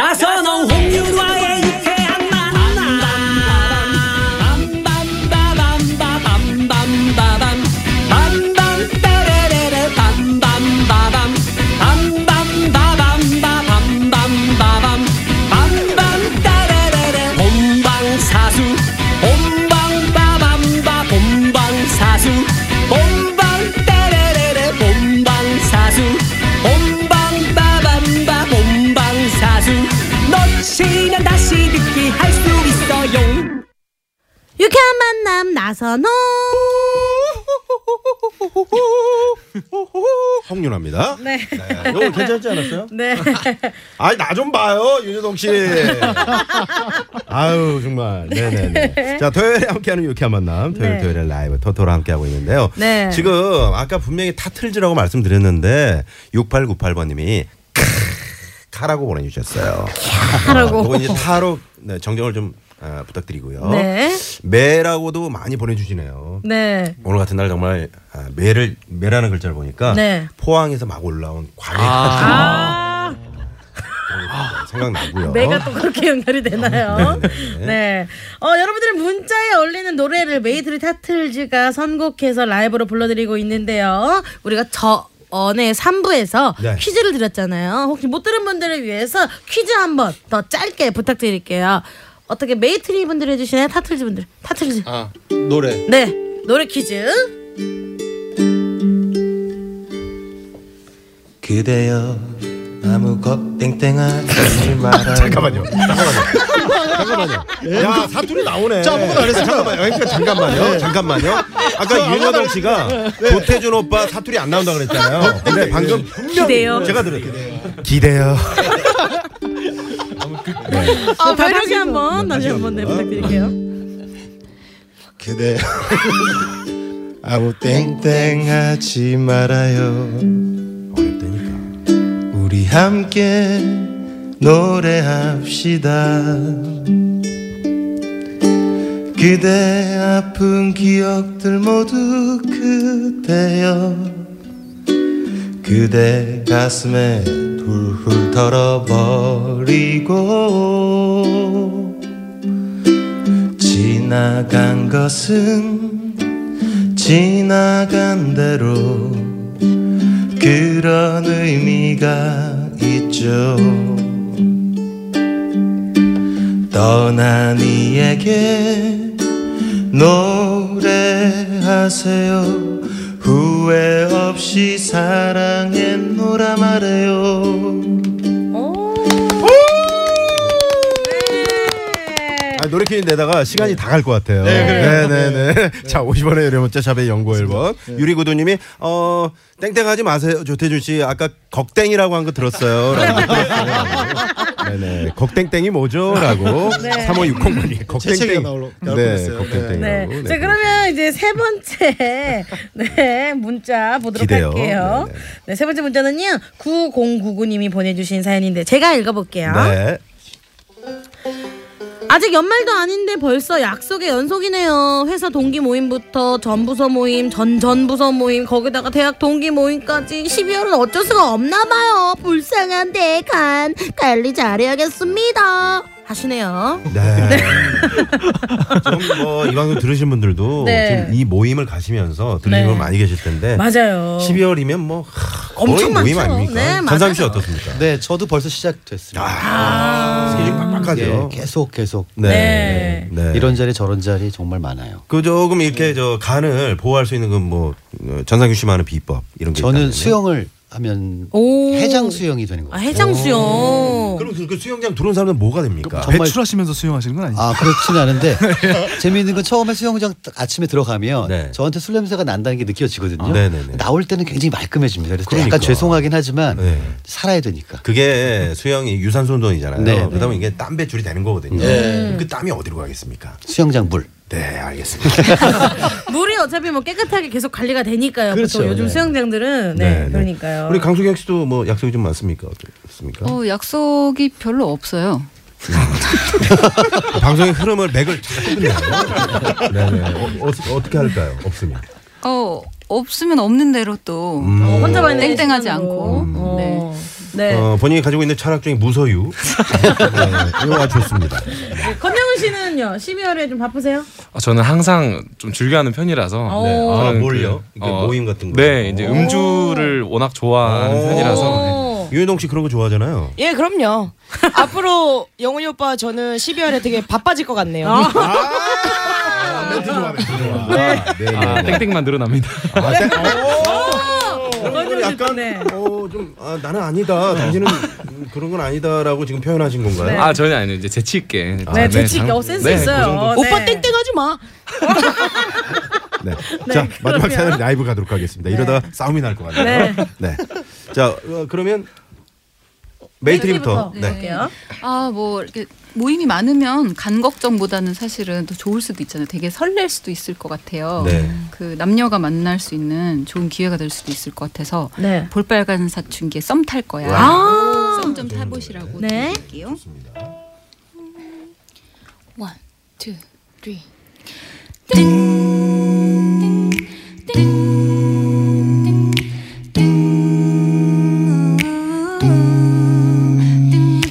나선홍 홍유라의 유쾌한 만남 빰빰빠밤빠밤빠밤 빰빰따레레레 빰빰빠밤 빰빰빠밤빠밤빠밤 빰빰따레레레 본방사수 본방빠밤빠 본방사수 본방따레레레 본방사수 본방빠밤빠 본방사수 놓치면 다시 듣기 할 수 있어요 유쾌한 만남 나선홍 홍윤아입니다. 네. 이거 괜찮지 않았어요? 네. 아니 나 좀 봐요 윤여동 씨. 아유 정말. 네네네. 자 토요일에 함께하는 유쾌한 만남 토요일 네. 토요일에 라이브 토토로 함께하고 있는데요. 네. 지금 아까 분명히 타 틀지라고 말씀드렸는데 6898번님이 타라고 보내주셨어요. 타라고. 어, 이거 이제 타로 네, 정정을 좀 아, 부탁드리고요. 네. 매라고도 많이 보내주시네요. 네. 오늘 같은 날 정말 아, 매를 매라는 글자를 보니까 네. 포항에서 막 올라온 과일 아, 생각나고요. 내가 또 그렇게 연결이 되나요? 네. 어? 네. 어, 여러분들의 문자에 어울리는 노래를 메이트리 타틀즈가 선곡해서 라이브로 불러드리고 있는데요. 우리가 저 어네 3부에서 네. 퀴즈를 드렸잖아요. 혹시 못 들은 분들을 위해서 퀴즈 한번 더 짧게 부탁드릴게요. 어떻게 메이트리 분들 해주시나요? 타틀즈 분들. 타틀즈. 아 노래 네 노래 퀴즈 그대여 아무 것 땡땡하지 말아요 잠깐만요. 잠깐만요. 잠깐만요. 그 야 사투리 나오네. 자 아무것도 안 했어요. 잠깐만요. 그러니까 잠깐만요. 잠깐만요. 아까 윤여동 씨가 도태준 오빠 사투리 안 나온다 그랬잖아요. 근데 방금 분명 기대요. 제가 들었어요. 기대요. 아, 다시 한번 다시 한번 네, 부탁드릴게요 그대여 아무 땡땡하지 말아요 어렵다니까. 우리 함께 노래합시다 그대 아픈 기억들 모두 그대여 그대 가슴에 훌훌 털어버리고 지나간 것은 지나간 대로 그런 의미가 있죠 떠난 이에게 노래하세요 후회 없이 사랑했노라 말해요 오 네. 아, 노래 퀴즈 내다가 시간이 다 갈 것 같아요. 네, 네, 네, 자, 50원의 유료 문자 샵의 연구 1번. 네. 유리구두 님이 어, 땡땡 하지 마세요. 조태준 씨 아까 걱땡이라고 한 거 들었어요. 라고. 네, 네. 걱땡땡이 뭐죠라고. 네. 3560번 이 재채기가 걱땡땡. 나올- 나올 네, 네. 뻔했어요. 걱땡땡이라고. 네. 자 그러면 이제 세 번째 네 문자 보도록 기대요. 할게요. 네, 네. 네 세 번째 문자는요 9099님이 보내주신 사연인데 제가 읽어볼게요. 네. 아직 연말도 아닌데 벌써 약속의 연속이네요. 회사 동기 모임부터 전부서 모임, 전전부서 모임, 거기다가 대학 동기 모임까지 12월은 어쩔 수가 없나 봐요. 불쌍한데 간 관리 잘해야겠습니다. 하시네요. 네. 지금 뭐이 방송 들으신 분들도 네. 지금 이 모임을 가시면서 들으신 네. 분 많이 계실 텐데 맞아요. 12월이면 뭐 하, 거의 엄청 모임 많죠. 아닙니까? 네, 전상 맞아요. 씨 어떻습니까? 네, 저도 벌써 시작됐습니다. 스케줄 아, 빡빡하죠. 예, 계속 계속 네. 네. 이런 자리 저런 자리 정말 많아요. 그 조금 이렇게 저 간을 보호할 수 있는 그 건뭐 어, 전상규 씨만의 비법 이런 게 저는 네. 있다면요? 수영을 하면 오. 해장 수영이 되는 아, 거예요. 해장 수영. 그럼 그, 그 수영장 들어온 사람은 뭐가 됩니까? 정말- 출하시면서 아, 수영하시는 건 아니죠? 아 그렇진 않은데 재미있는 건 처음에 수영장 딱 아침에 들어가면 네. 저한테 술 냄새가 난다는 게 느껴지거든요. 아, 네네네. 나올 때는 굉장히 말끔해집니다. 그래서 또 그러니까. 약간 죄송하긴 하지만 네. 살아야 되니까. 그게 수영이 유산소 운동이잖아요. 네, 네. 그러다 보면 이게 땀 배출이 되는 거거든요. 그 땀이 어디로 가겠습니까? 수영장 물. 네, 알겠습니다. 물이 어차피 뭐 깨끗하게 계속 관리가 되니까요. 그렇죠. 보통 요즘 네. 수영장들은 네, 그러니까요. 우리 강수경 씨도 뭐 약속이 좀 많습니까? 어떻습니까? 어, 약속이 별로 없어요. 어, 방송의 흐름을 맥을 잘 끊네요. 네, 네. 어, 어, 어떻게 할까요? 없으면. 어, 없으면 없는 대로 또 어, 혼자만 땡땡하지 시간으로. 않고. 어. 네. 네. 어, 본인이 가지고 있는 철학 중에 무소유. 네, 이거 아주 좋습니다. 어, 권영훈 씨는요. 12월에 좀 바쁘세요? 아, 저는 항상 좀 즐겨하는 편이라서 오. 네. 아, 저는 뭘요? 그, 이렇게 모임 같은 거. 네, 이제 음주를 워낙 좋아하는 네. 오. 편이라서 오. 유해동 씨 그런 거 좋아하잖아요. 예, 그럼요. 앞으로 영훈이 오빠 저는 12월에 되게 바빠질 것 같네요. 아, 멘트 좋아, 멘트 좋아. 네, 네. 아, 땡땡만 늘어납니다. 아, 땡- 권영훈 씨 약간 네. 어, 좀 아, 나는 아니다. 당신은 음, 그런 건 아니다라고 지금 표현하신 건가요? 아 전혀 아니요 이제 재치 있게. 네, 재치 있게 어, 센스 그 있어요. 어, 네. 오빠 땡땡하지 마. 네. 자 마지막 그러면- 사연 라이브 가도록 하겠습니다. 이러다가 싸움이 날 것 같네요. 네. 자 어, 그러면 메이트리부터. 네. 네. 볼게요. 아 뭐 이렇게 모임이 많으면 간 걱정보다는 사실은 더 좋을 수도 있잖아요. 되게 설렐 수도 있을 것 같아요. 네. 그 남녀가 만날 수 있는 좋은 기회가 될 수도 있을 것 같아서 네. 볼빨간 사춘기에 썸 탈 거야. 아. 썸 좀 타보시라고 네. 드릴게요. 원, 투, 쓰리.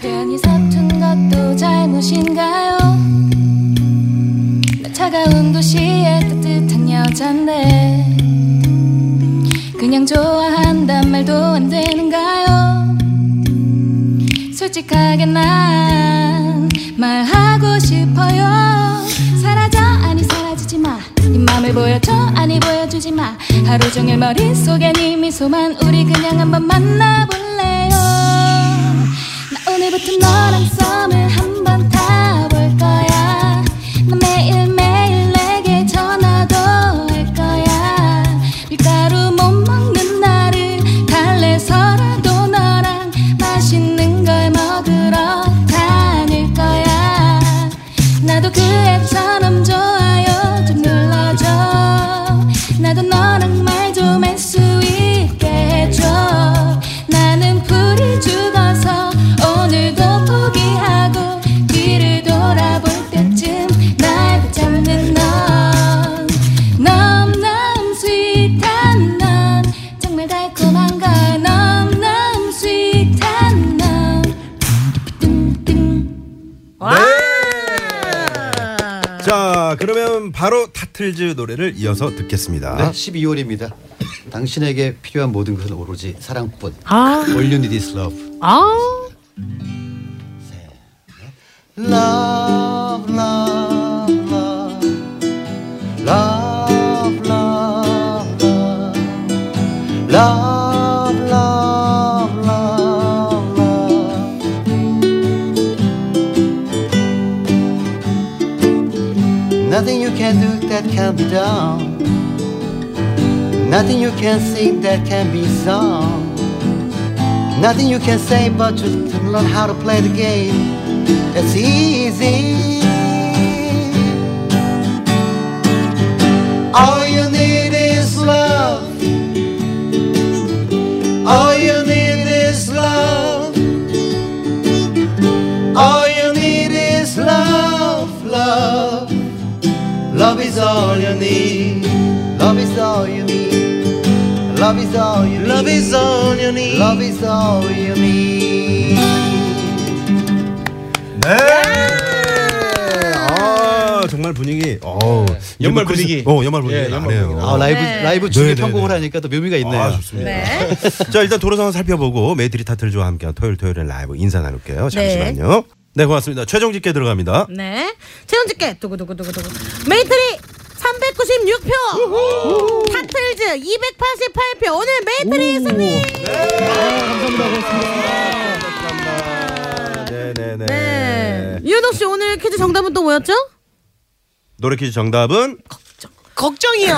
괜히 서툰 것도 잘못인가요? 나 차가운 도시의 따뜻한 여잔데 그냥 좋아한단 말도 안 되는가요? 솔직하게 난 말하고 싶어요 사라져 아니 사라지지 마네 맘을 보여줘 아니 보여주지 마 하루 종일 머릿속에 네 미소만 우리 그냥 한번 만나볼래요 나 오늘부터 너랑 썸을 한번 타볼 거야 나 매일매일 내게 전화도 할 거야 밀가루 못 먹는 나를 달래서라도 너랑 맛있는 걸 먹으러 다닐 거야 나도 그 애처럼 좋아요 좀 눌러줘 나도 너랑 말 좀 할 수 있게 해줘 나는 불이 죽어서 오늘도 포기하고 뒤를 돌아볼 때쯤 날 붙잡는 넌 넘넘 스윗한 넌 정말 달콤한 걸 넘넘 스윗한 넌 뚱뚱 와. 네. 자 그러면 바로 타틀즈 노래를 이어서 듣겠습니다. 네, 12월입니다. 당신에게 필요한 모든 것은 오로지 사랑뿐. 아. All you need is love. 네. 아. Love, love, love. Love, love, love. Love, love, love, love. Nothing you can do that can be done. Nothing you can sing that can be sung. Nothing you can say but to to learn how to play the game. It's easy. All you need is love. All you need is love. All you need is love, love. Love is all you need. Love is all you need. Love is all you need. Love is all you need. Love is all you need. 네. 아 정말 분위기. 어 네. 연말 분위기. 어 연말 분위기. 예, 안 연말 해요. 분위기. 아 라이브 네. 라이브 중에 네, 네, 편곡을 네. 하니까 또 묘미가 있네요. 아 좋습니다. 네. 자 일단 도로 상황 살펴보고 메이트리 타틀즈와 함께한 토요일 토요일엔 라이브 인사 나눌게요. 잠시만요. 네, 고맙습니다. 최종 집계 들어갑니다. 네. 최연집계 두구두구두구두구. 메이트리 396표. 타틀즈 288표. 오늘 메이트리 승리. 네네네. 네. 유현옥 씨 오늘 퀴즈 정답은 또 뭐였죠? 노래 퀴즈 정답은 걱정이요.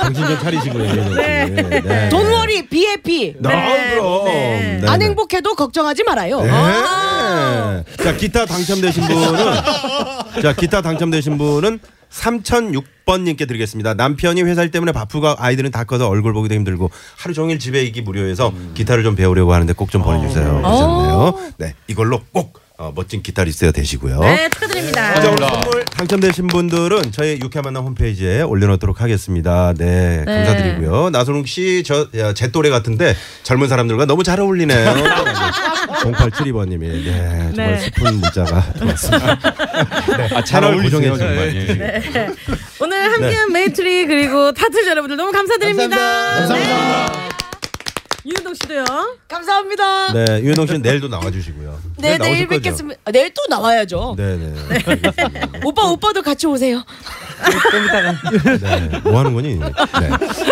정신 좀 차리시고요. 네. 네. 네. 돈워리 BAP. 네. 나 그럼. 네. 안 행복해도 걱정하지 말아요. 네. 어? 자 기타 당첨되신 분은 자 기타 당첨되신 분은 3006번님께 드리겠습니다. 남편이 회사일 때문에 바쁘고 아이들은 다 커서 얼굴 보기도 힘들고 하루 종일 어. 집에 있기 무료해서 기타를 좀 배우려고 하는데 꼭 좀 보내주세요. 하셨네요. 네 이걸로 꼭 어, 어, 멋진 기타리스트가 되시고요. 네, 축하드립니다. 자, 오늘 선물 당첨되신 분들은 저희 육회 만남 홈페이지에 올려놓도록 하겠습니다. 네, 감사드리고요. 나선웅 씨, 저, 야, 제 또래 같은데 젊은 사람들과 너무 잘 어울리네요. 0872번님이. 네, 정말 네. 슬픈 문자가 들어왔습니다. 아, 채널 고정해주세요. 네, 정말. 예. 오늘 함께한 메이트리 그리고 타투 여러분들 너무 감사드립니다. 네. 유동 씨도요. 감사합니다. 네, 네, 유현동 씨는 내일도 나와주시고요. 네, 내일 네, 나오실 거죠? 뵙겠습니다. 아, 내일 또 나와야죠. 네, 네. 알겠습니다. 오빠 오빠도 같이 오세요. 네, 뭐 하는 거니? 네.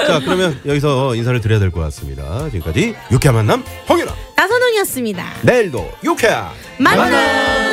자, 그러면 여기서 인사를 드려야 될 것 같습니다. 지금까지 육회 만남 홍윤아. 나선홍이었습니다. 내일도 육회 만나.